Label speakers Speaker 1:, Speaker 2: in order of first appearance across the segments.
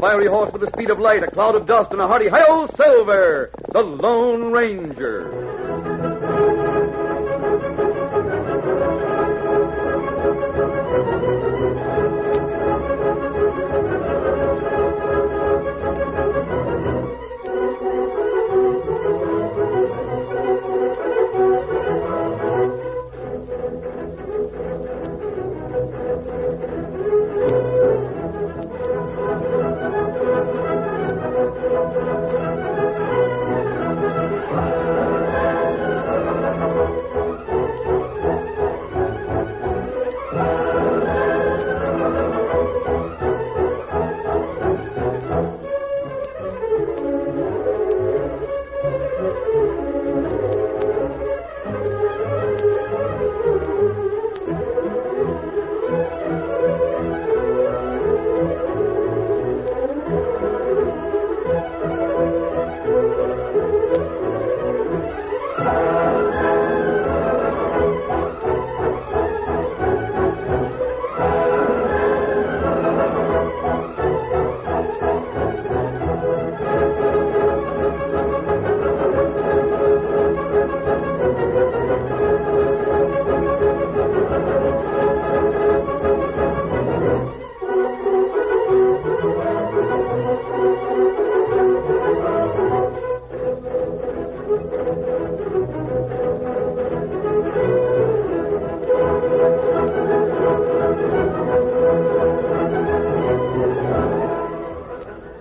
Speaker 1: fiery horse with the speed of light, a cloud of dust, and a hearty, hi Silver, the Lone Ranger.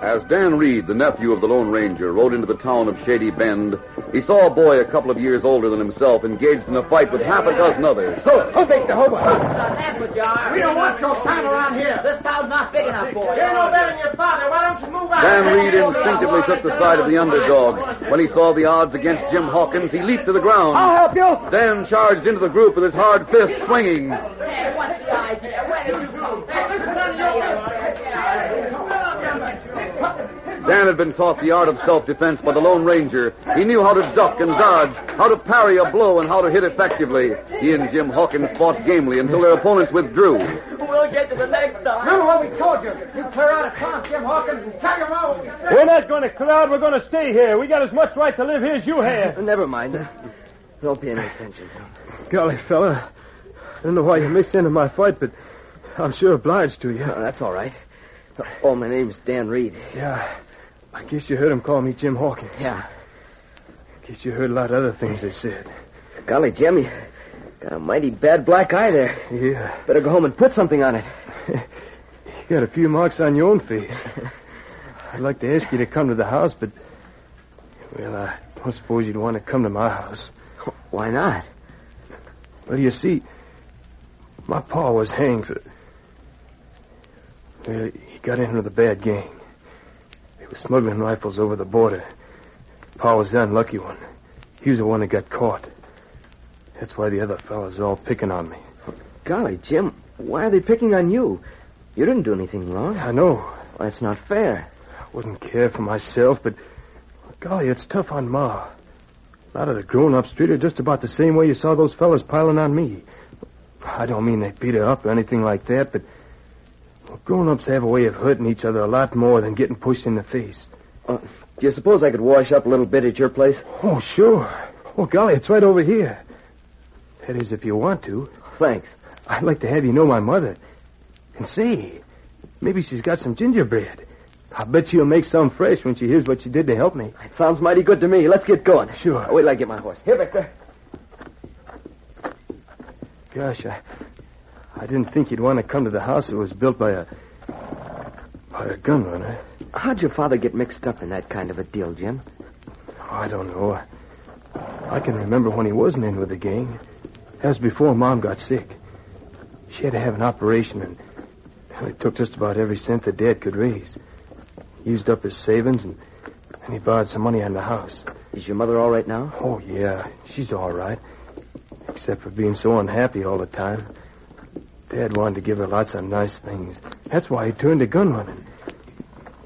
Speaker 1: As Dan Reed, the nephew of the Lone Ranger, rode into the town of Shady Bend, he saw a boy a couple of years older than himself engaged in a fight with half a dozen others.
Speaker 2: So, who picked the hobo?
Speaker 3: What's on that, Majar?
Speaker 2: We don't want your kind around here.
Speaker 3: This town's not big enough for you.
Speaker 2: You're no better than your father. Why don't you move out?
Speaker 1: Dan Reed instinctively took the side of the underdog. When he saw the odds against Jim Hawkins, he leaped to the ground.
Speaker 2: help you.
Speaker 1: Dan charged into the group with his hard fist swinging.
Speaker 3: Hey, what's the idea? Where did you come
Speaker 1: Dan had been taught the art of self-defense by the Lone Ranger. He knew how to duck and dodge, how to parry a blow, and how to hit effectively. He and Jim Hawkins fought gamely until their opponents withdrew.
Speaker 3: from? We'll get to the next time.
Speaker 2: Remember what we told you. You clear out of town, Jim Hawkins, and tell your ma what we said.
Speaker 4: We're not going to clear out. We're going to stay here. We got as much right to live here as you have.
Speaker 5: Never mind. Don't pay any attention to him.
Speaker 4: Golly, fella. I don't know why you mixed into my fight, but I'm sure obliged to you.
Speaker 5: Uh, that's all right. Oh, my name's Dan Reed.
Speaker 4: Yeah. I guess you heard him call me Jim Hawkins.
Speaker 5: Yeah.
Speaker 4: Guess you heard a lot of other things they said.
Speaker 5: Golly, Jim, you got a mighty bad black eye there.
Speaker 4: Yeah.
Speaker 5: Better go home and put something on it.
Speaker 4: You got a few marks on your own face. I'd like to ask you to come to the house, but. Well, I don't suppose you'd want to come to my house.
Speaker 5: Why not?
Speaker 4: Well, you see, my pa was hanged for. Well, he got in with a bad gang. They were smuggling rifles over the border. Pa was the unlucky one. He was the one that got caught. That's why the other fellas are all picking on me.
Speaker 5: Golly, Jim, why are they picking on you? You didn't do anything wrong.
Speaker 4: I know.
Speaker 5: Well, that's not fair.
Speaker 4: I wouldn't care for myself, but golly, it's tough on Ma. A lot of the grown ups treat her just about the same way you saw those fellas piling on me. I don't mean they beat her up or anything like that, but well, grown ups have a way of hurting each other a lot more than getting pushed in the face.
Speaker 5: Uh, do you suppose I could wash up a little bit at your place?
Speaker 4: Oh, sure. Oh, golly, it's right over here. That is, if you want to.
Speaker 5: Thanks.
Speaker 4: I'd like to have you know my mother. And see, maybe she's got some gingerbread. I bet she'll make some fresh when she hears what you did to help me.
Speaker 5: It sounds mighty good to me. Let's get going.
Speaker 4: Sure.
Speaker 5: Wait till I get my horse. Here, Victor.
Speaker 4: Gosh, I, I didn't think you'd want to come to the house that was built by a by a gunrunner.
Speaker 5: How'd your father get mixed up in that kind of a deal, Jim?
Speaker 4: Oh, I don't know. I, I can remember when he wasn't in with the gang. That was before Mom got sick. She had to have an operation, and, and it took just about every cent that Dad could raise. Used up his savings, and, and he borrowed some money on the house.
Speaker 5: Is your mother all right now?
Speaker 4: Oh, yeah, she's all right. Except for being so unhappy all the time. Dad wanted to give her lots of nice things. That's why he turned to gun running.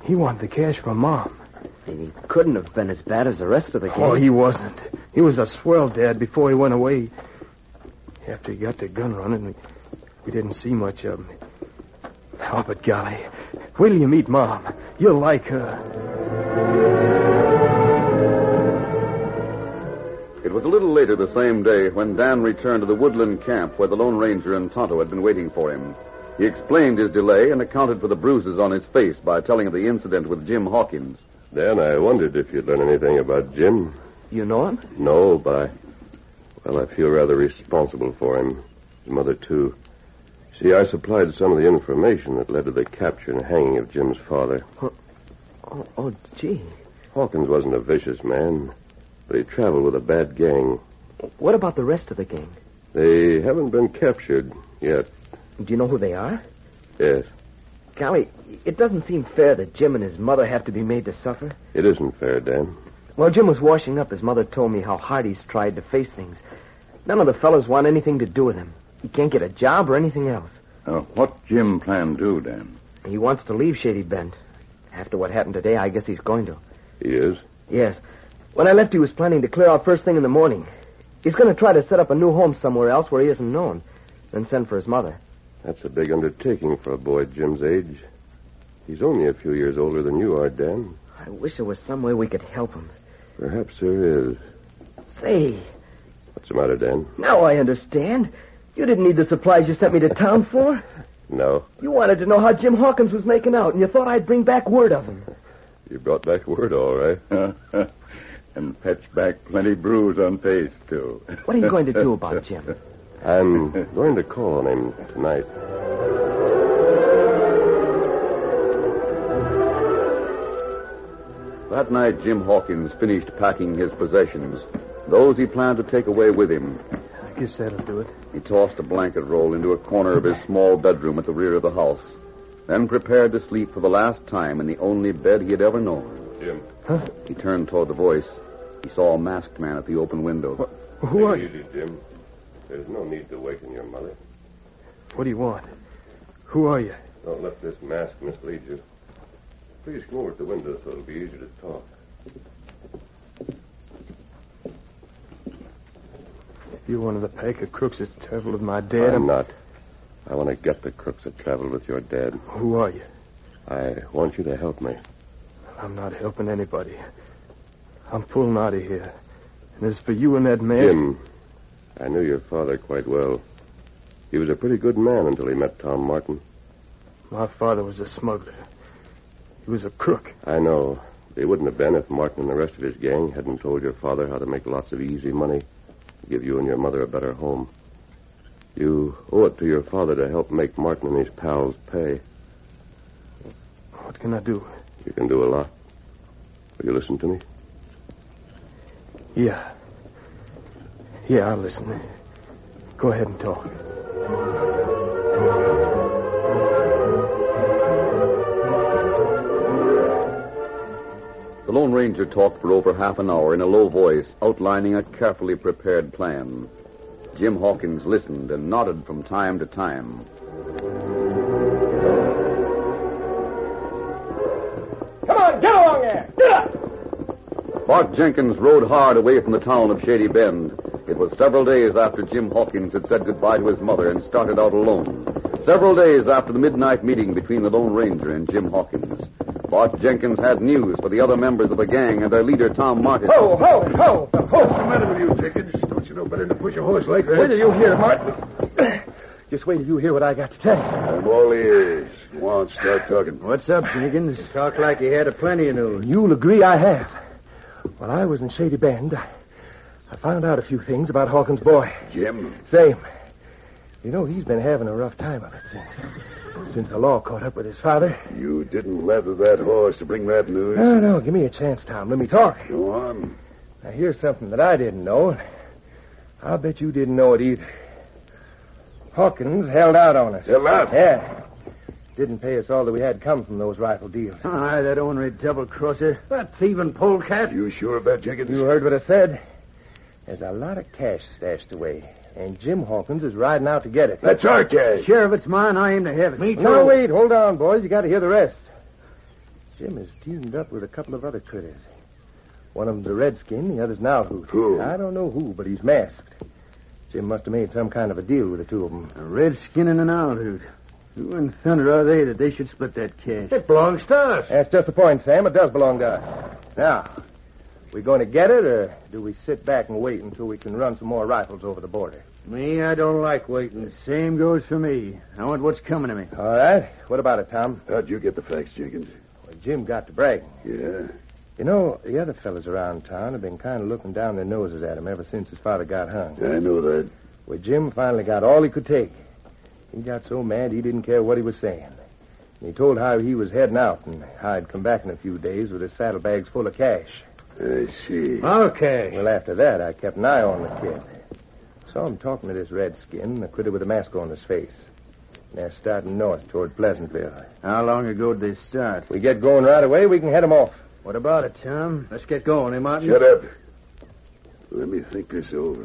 Speaker 4: He wanted the cash from Mom.
Speaker 5: And he couldn't have been as bad as the rest of the gang.
Speaker 4: Oh, he wasn't. He was a swell dad before he went away. After he got the gun running, we, we didn't see much of him. Oh, but golly, wait till you meet Mom. You'll like her.
Speaker 1: It was a little later the same day when Dan returned to the woodland camp where the Lone Ranger and Tonto had been waiting for him. He explained his delay and accounted for the bruises on his face by telling of the incident with Jim Hawkins.
Speaker 6: Dan, I wondered if you'd learn anything about Jim.
Speaker 5: You know him?
Speaker 6: No, by. Well, I feel rather responsible for him. His mother, too. See, I supplied some of the information that led to the capture and hanging of Jim's father.
Speaker 5: Oh, oh gee.
Speaker 6: Hawkins wasn't a vicious man, but he traveled with a bad gang.
Speaker 5: What about the rest of the gang?
Speaker 6: They haven't been captured yet.
Speaker 5: Do you know who they are?
Speaker 6: Yes,
Speaker 5: Golly, it doesn't seem fair that Jim and his mother have to be made to suffer.
Speaker 6: it isn't fair, Dan.
Speaker 5: While Jim was washing up, his mother told me how hard he's tried to face things. None of the fellas want anything to do with him. He can't get a job or anything else.
Speaker 1: Uh, what Jim planned to do, Dan?
Speaker 5: He wants to leave Shady Bend. After what happened today, I guess he's going to.
Speaker 6: He is.
Speaker 5: Yes. When I left, he was planning to clear out first thing in the morning. He's going to try to set up a new home somewhere else where he isn't known, then send for his mother.
Speaker 6: That's a big undertaking for a boy Jim's age. He's only a few years older than you are, Dan.
Speaker 5: I wish there was some way we could help him.
Speaker 6: Perhaps there is.
Speaker 5: Say,
Speaker 6: What's the matter, Dan?
Speaker 5: now I understand. You didn't need the supplies you sent me to town for.
Speaker 6: No.
Speaker 5: You wanted to know how Jim Hawkins was making out, and you thought I'd bring back word of him.
Speaker 6: You brought back word, all right.
Speaker 7: and fetch back plenty bruise on face, too.
Speaker 5: What are you going to do about Jim?
Speaker 6: I'm going to call on him tonight.
Speaker 1: That night, Jim Hawkins finished packing his possessions, those he planned to take away with him.
Speaker 4: I guess that'll do it.
Speaker 1: He tossed a blanket roll into a corner of his small bedroom at the rear of the house, then prepared to sleep for the last time in the only bed he had ever known.
Speaker 6: Jim,
Speaker 1: He turned toward the voice. He saw a masked man at the open window.
Speaker 4: Who are you?
Speaker 6: easy, Jim. There's no need to waken your mother.
Speaker 4: What do you want? Who are you?
Speaker 6: Don't let this mask mislead you. Please come over to the window so it'll be easier to talk.
Speaker 4: You're one of the pack of crooks that's traveled with my dad.
Speaker 6: I'm not. I want to get the crooks that traveled with your dad.
Speaker 4: Who are you?
Speaker 6: I want you to help me.
Speaker 4: I'm not helping anybody. I'm pulling out of here. And as for you and that man.
Speaker 6: Jim, I knew your father quite well. He was a pretty good man until he met Tom Martin.
Speaker 4: My father was a smuggler. He was a crook.
Speaker 6: I know. They wouldn't have been if Martin and the rest of his gang hadn't told your father how to make lots of easy money, give you and your mother a better home. You owe it to your father to help make Martin and his pals pay.
Speaker 4: What can I do?
Speaker 6: You can do a lot. Will you listen to me?
Speaker 4: Yeah. Yeah, I'll listen. Go ahead and talk.
Speaker 1: The Lone Ranger talked for over half an hour in a low voice, outlining a carefully prepared plan. Jim Hawkins listened and nodded from time to time.
Speaker 3: Come on, get along there. Get up.
Speaker 1: Bart Jenkins rode hard away from the town of Shady Bend. It was several days after Jim Hawkins had said goodbye to his mother and started out alone. Several days after the midnight meeting between the Lone Ranger and Jim Hawkins. Bart Jenkins had news for the other members of the gang and their leader, Tom Martin.
Speaker 3: Ho, ho, ho, ho.
Speaker 7: What's the matter with you, Jenkins? Don't you know better than to push a horse like that?
Speaker 4: Wait till you hear, Martin. Just wait till you hear what I got to tell you.
Speaker 7: I'm all ears. Go on, start talking.
Speaker 4: What's up, Jenkins?
Speaker 5: Talk like you had a plenty of news.
Speaker 4: You'll agree I have. While I was in Shady Bend, I I found out a few things about Hawkins' boy.
Speaker 7: Jim,
Speaker 4: Same. You know, he's been having a rough time of it since, since the law caught up with his father.
Speaker 7: you didn't leather that horse to bring that news.
Speaker 4: No, no, give me a chance, Tom. Let me talk.
Speaker 7: Go on.
Speaker 4: Now, here's something that I didn't know. and I'll bet you didn't know it either.
Speaker 3: Hawkins held out on us.
Speaker 6: Held out?
Speaker 3: Yeah. Didn't pay us all that we had come from those rifle deals.
Speaker 8: Aye, that ornery double crosser. That thieving polecat.
Speaker 6: You sure about Jenkins?
Speaker 3: You heard what I said. There's a lot of cash stashed away, and Jim Hawkins is riding out to get it.
Speaker 6: That's our cash.
Speaker 8: Sheriff, it's mine. I aim to have it. Me
Speaker 3: No, wait, hold on, boys. You got to hear the rest. Jim is teamed up with a couple of other critters. One of them's a redskin, the other's an outhoot.
Speaker 6: Who?
Speaker 3: I don't know who, but he's masked. Jim must have made some kind of a deal with the two of them.
Speaker 8: A redskin and an owl hoot. Who in thunder are they that they should split that cash?
Speaker 3: It belongs to us. That's just the point, Sam. It does belong to us. Now, we going to get it, or do we sit back and wait until we can run some more rifles over the border?
Speaker 8: Me, I don't like waiting. Same goes for me. I want what's coming to me.
Speaker 3: All right. What about it, Tom?
Speaker 6: How'd you get the facts, Jenkins?
Speaker 3: Well, Jim got to bragging.
Speaker 6: Yeah.
Speaker 3: You know, the other fellas around town have been kind of looking down their noses at him ever since his father got hung.
Speaker 6: I know that.
Speaker 3: Well, Jim finally got all he could take. He got so mad he didn't care what he was saying. And he told how he was heading out and how he'd come back in a few days with his saddlebags full of cash.
Speaker 6: I see.
Speaker 8: Okay.
Speaker 3: Well, after that, I kept an eye on the kid. Saw him talking to this redskin, the critter with a mask on his face. And They're starting north toward Pleasantville.
Speaker 8: How long ago did they start?
Speaker 3: If we get going right away, we can head 'em off.
Speaker 8: What about it, Tom? Let's get going, eh, Martin?
Speaker 6: Shut up. Let me think this over.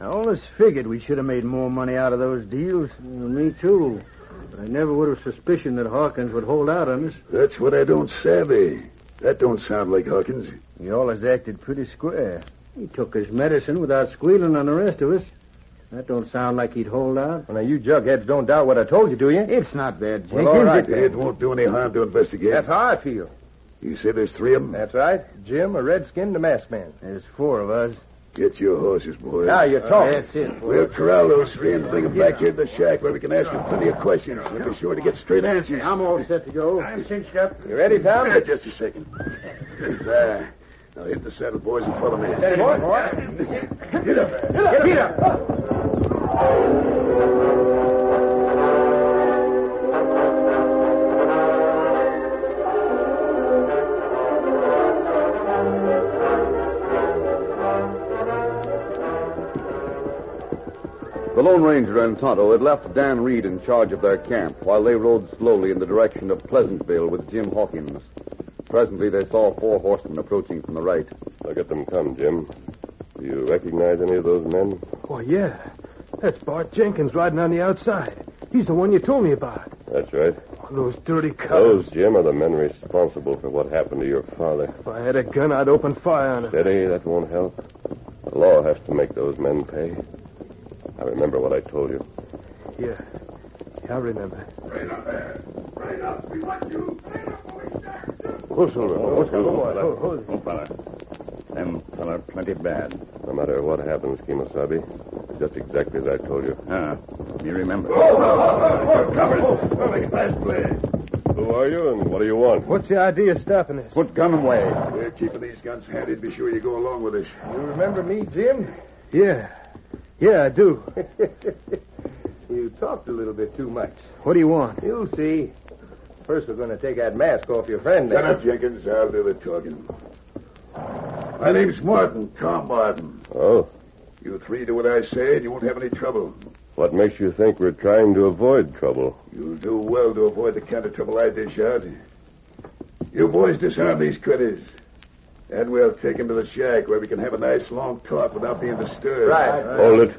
Speaker 8: I always figured we should have made more money out of those deals. me too. But I never would have suspicioned that Hawkins would hold out on us.
Speaker 6: That's what I don't savvy. That don't sound like Hawkins.
Speaker 8: He always acted pretty square. He took his medicine without squealing on the rest of us. That don't sound like he'd hold out.
Speaker 3: Well, now, you jugheads don't doubt what I told you, do you?
Speaker 8: It's not bad, Jenkins.
Speaker 3: Well, all right,
Speaker 6: It
Speaker 3: then.
Speaker 6: won't do any harm to investigate.
Speaker 3: That's how I feel.
Speaker 6: You say there's three of them?
Speaker 3: That's right. Jim, a redskin, and a masked man.
Speaker 8: There's four of us.
Speaker 6: Get your horses, boys.
Speaker 3: Now you're talking.
Speaker 8: That's it.
Speaker 6: We'll corral those three and bring them back here to the shack where we can ask them plenty of questions. We'll be sure to get straight answers.
Speaker 8: I'm all set to go. I'm cinched up.
Speaker 3: You ready, Tom?
Speaker 6: Yeah, just a second. There. Now hit the saddle, boys, and follow me. Get up there.
Speaker 1: The Lone Ranger and Tonto had left Dan Reed in charge of their camp while they rode slowly in the direction of Pleasantville with Jim Hawkins. Presently, they saw four horsemen approaching from the right.
Speaker 6: Look at them come, Jim. Do you recognize any of those men?
Speaker 4: Why, yeah. That's Bart Jenkins riding on the outside. He's the one you told me about.
Speaker 6: That's right.
Speaker 4: Oh, those dirty
Speaker 6: Those,
Speaker 4: cows.
Speaker 6: Jim, are the men responsible for what happened to your father.
Speaker 4: If I had a gun, I'd open fire on him.
Speaker 6: Steady, that won't help. The law has to make those men pay. I remember what I told you.
Speaker 4: Yeah. yeah I remember.
Speaker 7: Whistle,
Speaker 4: Oh, oh,
Speaker 7: fella. Them fella plenty bad.
Speaker 6: No matter what happens, Kemosabe, it's just exactly as I told you.
Speaker 7: Ah, you remember.
Speaker 6: Who are you and what do you want?
Speaker 4: What's the idea of stopping us?
Speaker 7: Put gun away.
Speaker 6: We're keeping these guns handy. Be sure you go along with us.
Speaker 3: You remember me, Jim?
Speaker 4: Yeah. Yeah, I do.
Speaker 3: you talked a little bit too much.
Speaker 4: What do you want?
Speaker 3: You'll see. First, we're going to take that mask off your friend.
Speaker 6: Shut
Speaker 3: there.
Speaker 6: up, Jenkins. I'll do the talking. My name's Martin, Tom Martin. Oh? You three do what I say, and you won't have any trouble. What makes you think we're trying to avoid trouble? You'll do well to avoid the kind of trouble I dish out. You boys disarm these critters. And we'll take 'em to the shack where we can have a nice long talk without being disturbed.
Speaker 3: Right, right.
Speaker 6: Hold it.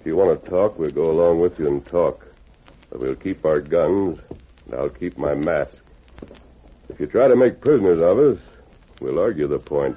Speaker 6: If you want to talk, we'll go along with you and talk. But we'll keep our guns, and I'll keep my mask. If you try to make prisoners of us, we'll argue the point.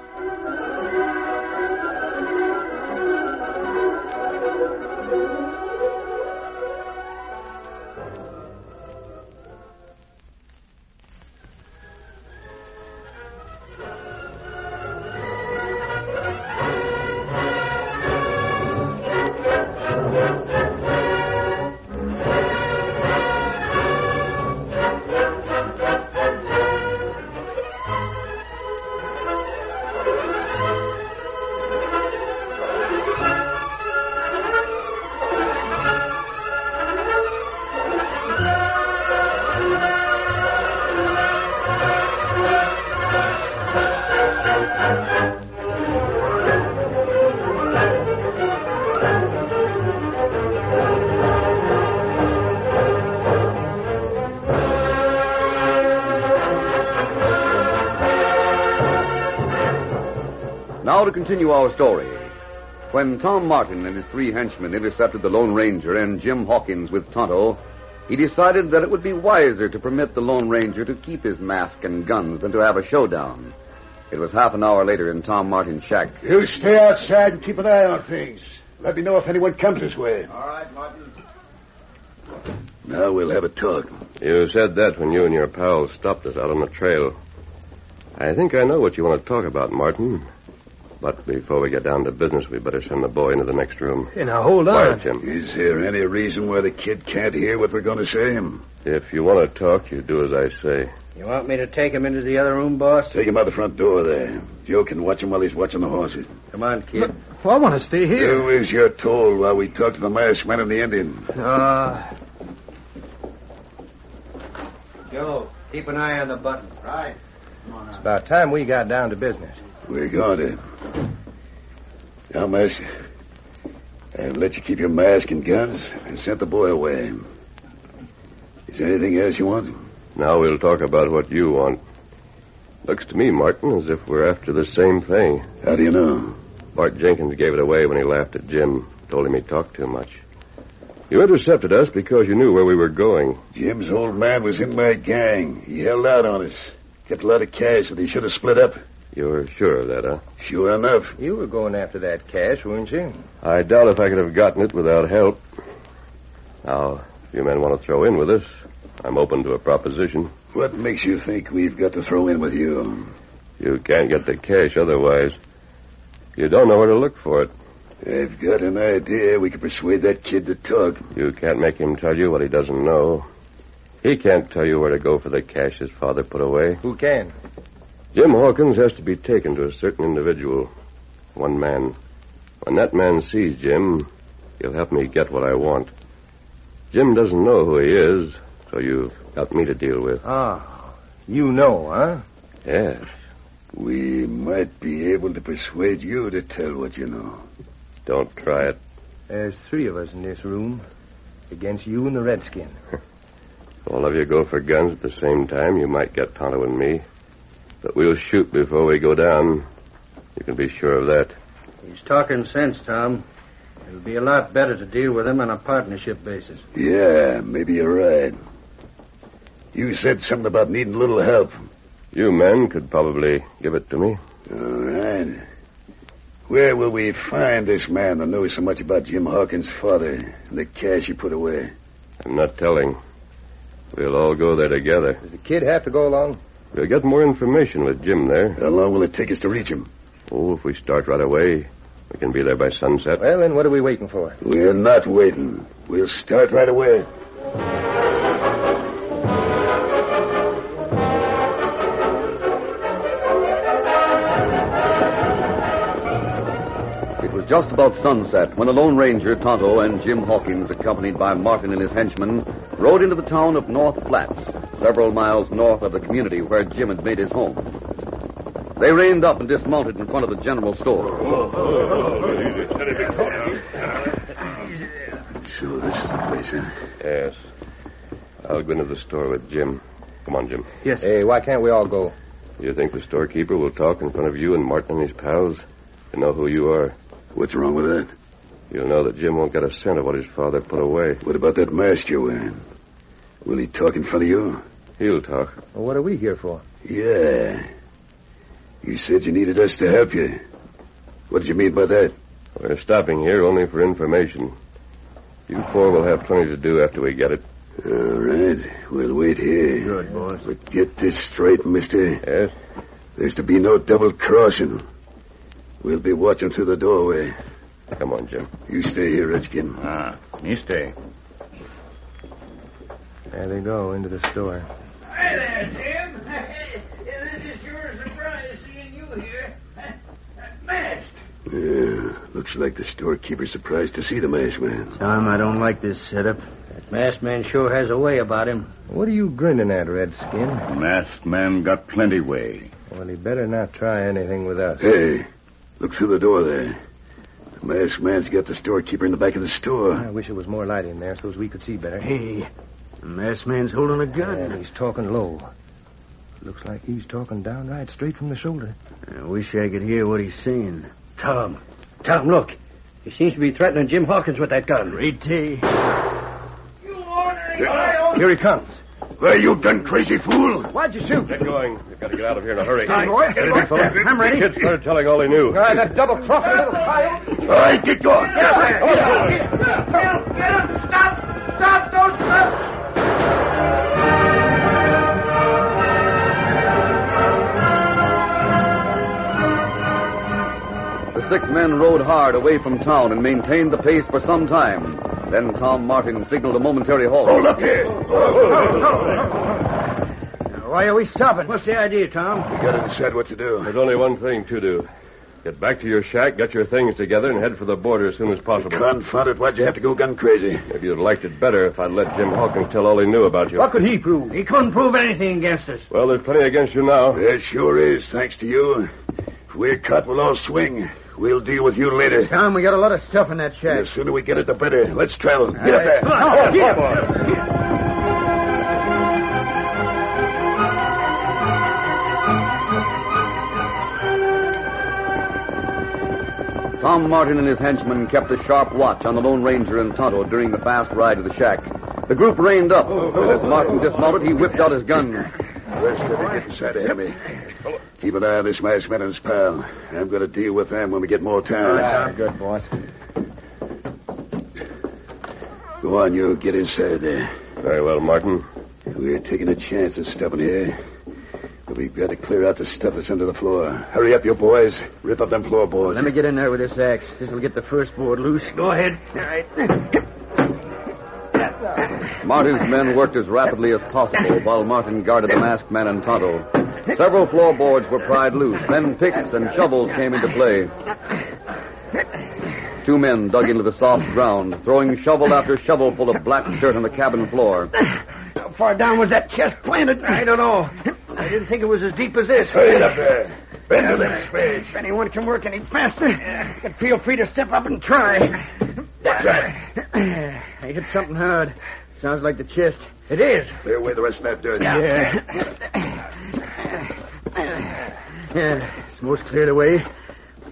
Speaker 1: Now to continue our story. When Tom Martin and his three henchmen intercepted the Lone Ranger and Jim Hawkins with Tonto, he decided that it would be wiser to permit the Lone Ranger to keep his mask and guns than to have a showdown. It was half an hour later in Tom Martin's shack.
Speaker 9: You stay outside and keep an eye on things. Let me know if anyone comes this way. All right, Martin.
Speaker 6: Now we'll have a talk. You said that when you and your pals stopped us out on the trail. I think I know what you want to talk about, Martin. But before we get down to business, we better send the boy into the next room.
Speaker 4: Hey, now hold on.
Speaker 6: Quiet, Jim.
Speaker 9: Is there any reason why the kid can't hear what we're going to say him?
Speaker 6: If you want to talk, you do as I say.
Speaker 8: You want me to take him into the other room, boss?
Speaker 9: Take him out the front door there. Joe can watch him while he's watching the horses.
Speaker 8: Come on, kid.
Speaker 4: Well, I want to stay here.
Speaker 9: Do as you're told while we talk to the masked man and the Indian.
Speaker 4: Uh,
Speaker 8: Joe, keep an eye on the button. Right.
Speaker 3: It's about time we got down to business.
Speaker 9: We're going to. Now, Mercy, I've let you keep your mask and guns and sent the boy away. Is there anything else you want?
Speaker 6: Now we'll talk about what you want. Looks to me, Martin, as if we're after the same thing.
Speaker 9: How do you know?
Speaker 6: Bart Jenkins gave it away when he laughed at Jim, told him he talked too much. You intercepted us because you knew where we were going.
Speaker 9: Jim's old man was in my gang. He held out on us. Kept a lot of cash that he should have split up.
Speaker 6: You're sure of that, huh?
Speaker 9: Sure enough.
Speaker 3: You were going after that cash, weren't you?
Speaker 6: I doubt if I could have gotten it without help. Now, if you men want to throw in with us, I'm open to a proposition.
Speaker 9: What makes you think we've got to throw in with you?
Speaker 6: You can't get the cash otherwise. You don't know where to look for it.
Speaker 9: I've got an idea we could persuade that kid to talk.
Speaker 6: You can't make him tell you what he doesn't know. He can't tell you where to go for the cash his father put away.
Speaker 3: Who can?
Speaker 6: Jim Hawkins has to be taken to a certain individual. One man. When that man sees Jim, he'll help me get what I want. Jim doesn't know who he is, so you've got me to deal with.
Speaker 3: Ah, you know, huh?
Speaker 6: Yes.
Speaker 9: We might be able to persuade you to tell what you know.
Speaker 6: Don't try it.
Speaker 3: There's three of us in this room against you and the redskin.
Speaker 6: All of you go for guns at the same time, you might get Tonto and me. But we'll shoot before we go down. You can be sure of that.
Speaker 8: He's talking sense, Tom. It'll be a lot better to deal with him on a partnership basis.
Speaker 9: Yeah, maybe you're right. You said something about needing a little help.
Speaker 6: You men could probably give it to me.
Speaker 9: All right. Where will we find this man that knows so much about Jim Hawkins' father and the cash he put away?
Speaker 6: I'm not telling. We'll all go there together.
Speaker 3: Does the kid have to go along?
Speaker 6: We'll get more information with Jim there.
Speaker 9: How long will it take us to reach him?
Speaker 6: Oh, if we start right away, we can be there by sunset.
Speaker 3: Well, then what are we waiting for?
Speaker 9: We're not waiting. We'll start right away.
Speaker 1: It was just about sunset when the Lone Ranger, Tonto, and Jim Hawkins, accompanied by Martin and his henchmen, rode into the town of North Flats, several miles north of the community where Jim had made his home. They reined up and dismounted in front of the general store.
Speaker 9: So this is the place, huh?
Speaker 6: Yes. I'll go into the store with Jim. Come on, Jim.
Speaker 4: yes.
Speaker 3: Hey, why can't we all go?
Speaker 6: You think the storekeeper will talk in front of you and Martin and his pals? You know who you are.
Speaker 9: What's wrong with that?
Speaker 6: You'll know that Jim won't get a cent of what his father put away.
Speaker 9: What about that mask you're wearing? Will he talk in front of you?
Speaker 6: He'll talk.
Speaker 3: Well, what are we here for?
Speaker 9: Yeah. You said you needed us to help you. What did you mean by that?
Speaker 6: We're stopping here only for information. You four will have plenty to do after we get it.
Speaker 9: All right. We'll wait here.
Speaker 8: Good, boss.
Speaker 9: But get this straight, mister.
Speaker 6: Yes?
Speaker 9: There's to be no double crossing. We'll be watching through the doorway.
Speaker 6: Come on, Jim.
Speaker 9: You stay here, Redskin.
Speaker 7: Ah, me stay.
Speaker 3: There they go, into the store.
Speaker 10: Hi there, Jim. this is sure a surprise seeing you here. Mask.
Speaker 9: Yeah, looks like the storekeeper's surprised to see the masked man.
Speaker 8: Tom, I don't like this setup. That masked man sure has a way about him.
Speaker 3: What are you grinning at, Redskin?
Speaker 7: Masked man got plenty way.
Speaker 3: Well, he better not try anything with us.
Speaker 9: Hey, look through the door there. The masked man's got the storekeeper in the back of the store.
Speaker 3: I wish there was more light in there so as we could see better.
Speaker 8: Hey, the masked man's holding a gun.
Speaker 3: And he's talking low. Looks like he's talking downright straight from the shoulder.
Speaker 11: I wish I could hear what he's saying. Tom, Tom, look. He seems to be threatening Jim Hawkins with that gun. Reedy. Here he comes.
Speaker 9: Where you done, crazy fool?
Speaker 11: Why'd you shoot?
Speaker 6: Get going. We've got to get out of here in a hurry.
Speaker 9: Hey, boy.
Speaker 6: Get it, fellas.
Speaker 9: I'm ready.
Speaker 6: The kids started telling all they knew.
Speaker 9: All right, that
Speaker 2: double crossing little coyote.
Speaker 9: All right, get going. Get up there.
Speaker 2: Stop those thugs!
Speaker 1: The six men rode hard away from town and maintained the pace for some time. Then Tom Martin signaled a momentary halt.
Speaker 9: Hold up here.
Speaker 11: Why are we stopping? What's the idea, Tom?
Speaker 9: You gotta decide what to do.
Speaker 6: There's only one thing to do. Get back to your shack, get your things together, and head for the border as soon as possible.
Speaker 9: Confound it, why'd you have to go gun crazy?
Speaker 6: Maybe you'd have liked it better if I'd let Jim Hawkins tell all he knew about you.
Speaker 11: could he prove? He couldn't prove anything against us.
Speaker 6: Well, there's plenty against you now.
Speaker 9: There sure is, thanks to you. If we're caught, we'll all swing. We'll deal with you later.
Speaker 8: Tom, we got a lot of stuff in that shack.
Speaker 9: The sooner we get it, the better. Let's travel. Get up there.
Speaker 8: Come on, get up.
Speaker 1: Tom Martin and his henchmen kept a sharp watch on the Lone Ranger and Tonto during the fast ride to the shack. The group reined up. As Martin dismounted, he whipped out his gun.
Speaker 9: Rest of it, get inside ahead of me. Keep an eye on this masked man and his pal. I'm going to deal with them when we get more time.
Speaker 3: Good, boss.
Speaker 9: Go on, you. Get inside there.
Speaker 6: Very well, Martin.
Speaker 9: We're taking a chance of stopping here. But we've got to clear out the stuff that's under the floor. Hurry up, you boys. Rip up them floorboards.
Speaker 11: Let me get in there with this axe. This'll get the first board loose. Go ahead. All right.
Speaker 1: Martin's men worked as rapidly as possible while Martin guarded the masked man and Tonto. Several floorboards were pried loose, then picks and shovels came into play. Two men dug into the soft ground, throwing shovel after shovel full of black dirt on the cabin floor.
Speaker 11: How far down was that chest planted? I don't know. I didn't think it was as deep as this.
Speaker 9: Hurry it up eh? there. Bend to them spades.
Speaker 11: If anyone can work any faster, then feel free to step up and try.
Speaker 9: What's that?
Speaker 11: I hit something hard. Sounds like the chest. It is.
Speaker 9: Clear away the rest of that dirt.
Speaker 11: Yeah, it's most cleared away.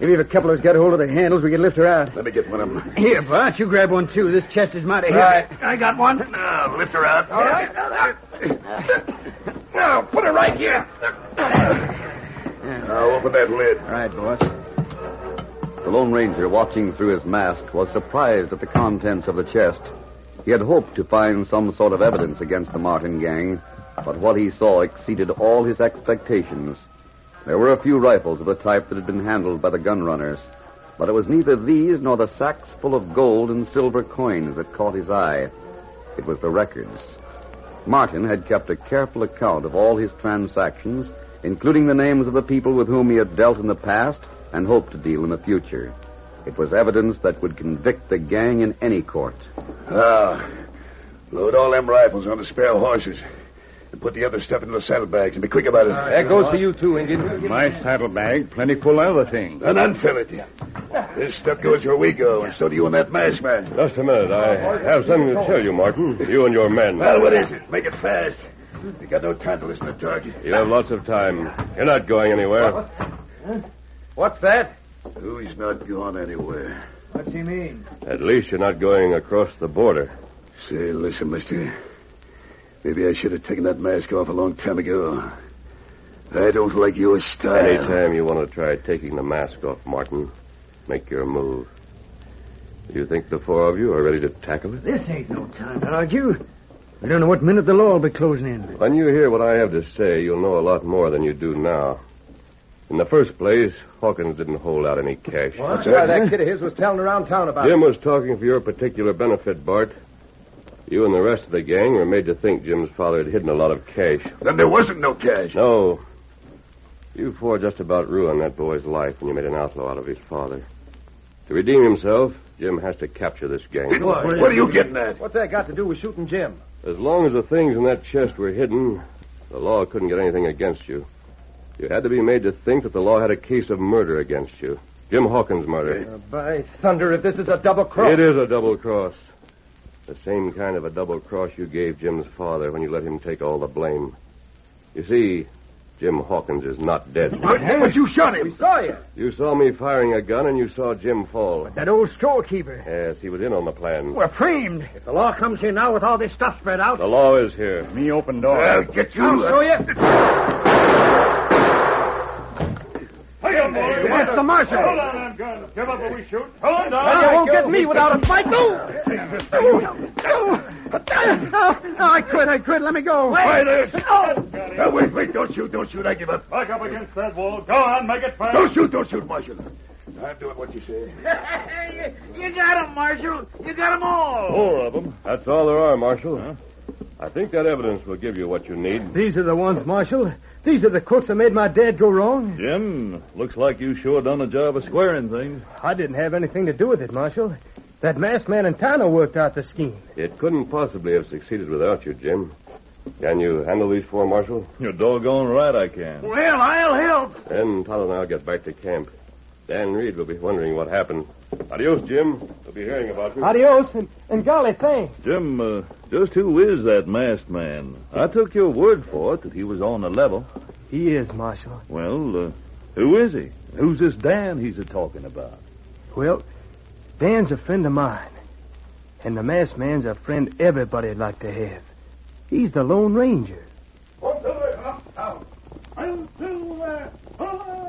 Speaker 11: Maybe if a couple of us got hold of the handles, we could lift her out.
Speaker 9: Let me get one of them.
Speaker 11: Here, Bart, you grab one too. This chest is mighty heavy.
Speaker 9: Right. I got one. Now, lift her out. All right. Now, put her right here. Now, open that lid.
Speaker 11: All right, boss.
Speaker 1: The Lone Ranger, watching through his mask, was surprised at the contents of the chest. He had hoped to find some sort of evidence against the Martin gang, but what he saw exceeded all his expectations. There were a few rifles of the type that had been handled by the gun runners, but it was neither these nor the sacks full of gold and silver coins that caught his eye. It was the records. Martin had kept a careful account of all his transactions, including the names of the people with whom he had dealt in the past and hoped to deal in the future. It was evidence that would convict the gang in any court.
Speaker 9: Now, Ah. load all them rifles on the spare horses. And put the other stuff into the saddlebags and be quick about it.
Speaker 4: That goes for you, too, Indian.
Speaker 7: My saddlebag, plenty full of other things.
Speaker 9: And unfill it. This stuff goes where we go, and so do you and that masked man.
Speaker 6: Just a minute. I have something to tell you, Martin. You and your men.
Speaker 9: Well, what is it? Make it fast. We got no time to listen to Target.
Speaker 6: You have lots of time. You're not going anywhere.
Speaker 11: What's that?
Speaker 9: Who's not gone anywhere?
Speaker 11: What's he mean?
Speaker 6: At least you're not going across the border.
Speaker 9: Say, listen, mister. Maybe I should have taken that mask off a long time ago. I don't like your style.
Speaker 6: Anytime you want to try taking the mask off, Martin, make your move. Do you think the four of you are ready to tackle it?
Speaker 11: This ain't no time to argue. We don't know what minute the law will be closing in.
Speaker 6: When you hear what I have to say, you'll know a lot more than you do now. In the first place, Hawkins didn't hold out any cash.
Speaker 3: That's why that kid of his was telling around town about
Speaker 6: Jim was talking for your particular benefit, Bart. You and the rest of the gang were made to think Jim's father had hidden a lot of cash.
Speaker 9: Then there wasn't no cash.
Speaker 6: No. You four just about ruined that boy's life when you made an outlaw out of his father. To redeem himself, Jim has to capture this gang.
Speaker 9: What are you getting at?
Speaker 3: What's that got to do with shooting Jim?
Speaker 6: As long as the things in that chest were hidden, the law couldn't get anything against you. You had to be made to think that the law had a case of murder against you. Jim Hawkins'
Speaker 4: Uh,
Speaker 6: murder.
Speaker 3: by thunder, if this is a double cross.
Speaker 6: It is a double cross. The same kind of a double cross you gave Jim's father when you let him take all the blame. You see, Jim Hawkins is not dead.
Speaker 5: But you shot him. We saw you.
Speaker 6: You saw me firing a gun and you saw Jim fall.
Speaker 5: That old storekeeper.
Speaker 6: Yes, he was in on the plan.
Speaker 5: We're framed. If the law comes here now with all this stuff spread out.
Speaker 6: The law is here.
Speaker 5: Me open
Speaker 6: door.
Speaker 5: I'll
Speaker 6: get
Speaker 5: you. I'll show you.
Speaker 10: That's the marshal.
Speaker 5: Hold
Speaker 10: on, I'm going to give up or we shoot. Hold on,
Speaker 5: Well, you won't get me without a fight. No! No, no, Oh, I quit, I quit. Let me go.
Speaker 9: Wait there.
Speaker 5: Oh.
Speaker 9: wait, wait, don't shoot, don't shoot. I give up.
Speaker 10: Back up against that wall. Go on, make it fast.
Speaker 9: Don't shoot, don't shoot, Marshal. I'm doing what you say.
Speaker 10: you, you got 'em, Marshal. You got 'em all.
Speaker 6: Four of them. That's all there are, Marshal. I think that evidence will give you what you need.
Speaker 4: These are the ones, Marshal. These are the crooks that made my dad go wrong.
Speaker 3: Jim, looks like you sure done a job of squaring things.
Speaker 4: I didn't have anything to do with it, Marshal. That masked man in Tano worked out the scheme.
Speaker 6: It couldn't possibly have succeeded without you, Jim. Can you handle these four, Marshal?
Speaker 3: You're doggone right I can.
Speaker 10: Well, I'll help.
Speaker 6: Then Todd and I'll get back to camp. Dan Reed will be wondering what happened. Adios, Jim. We'll be hearing about you.
Speaker 4: Adios, and, and golly, thanks.
Speaker 3: Jim, uh, just who is that masked man? I took your word for it that he was on the level.
Speaker 4: He is, Marshal.
Speaker 3: Well, uh, who is he? Who's this Dan he's a talking about?
Speaker 4: Well, Dan's a friend of mine. And the masked man's a friend everybody'd like to have. He's the Lone Ranger.
Speaker 10: Up to the up, out. Until that.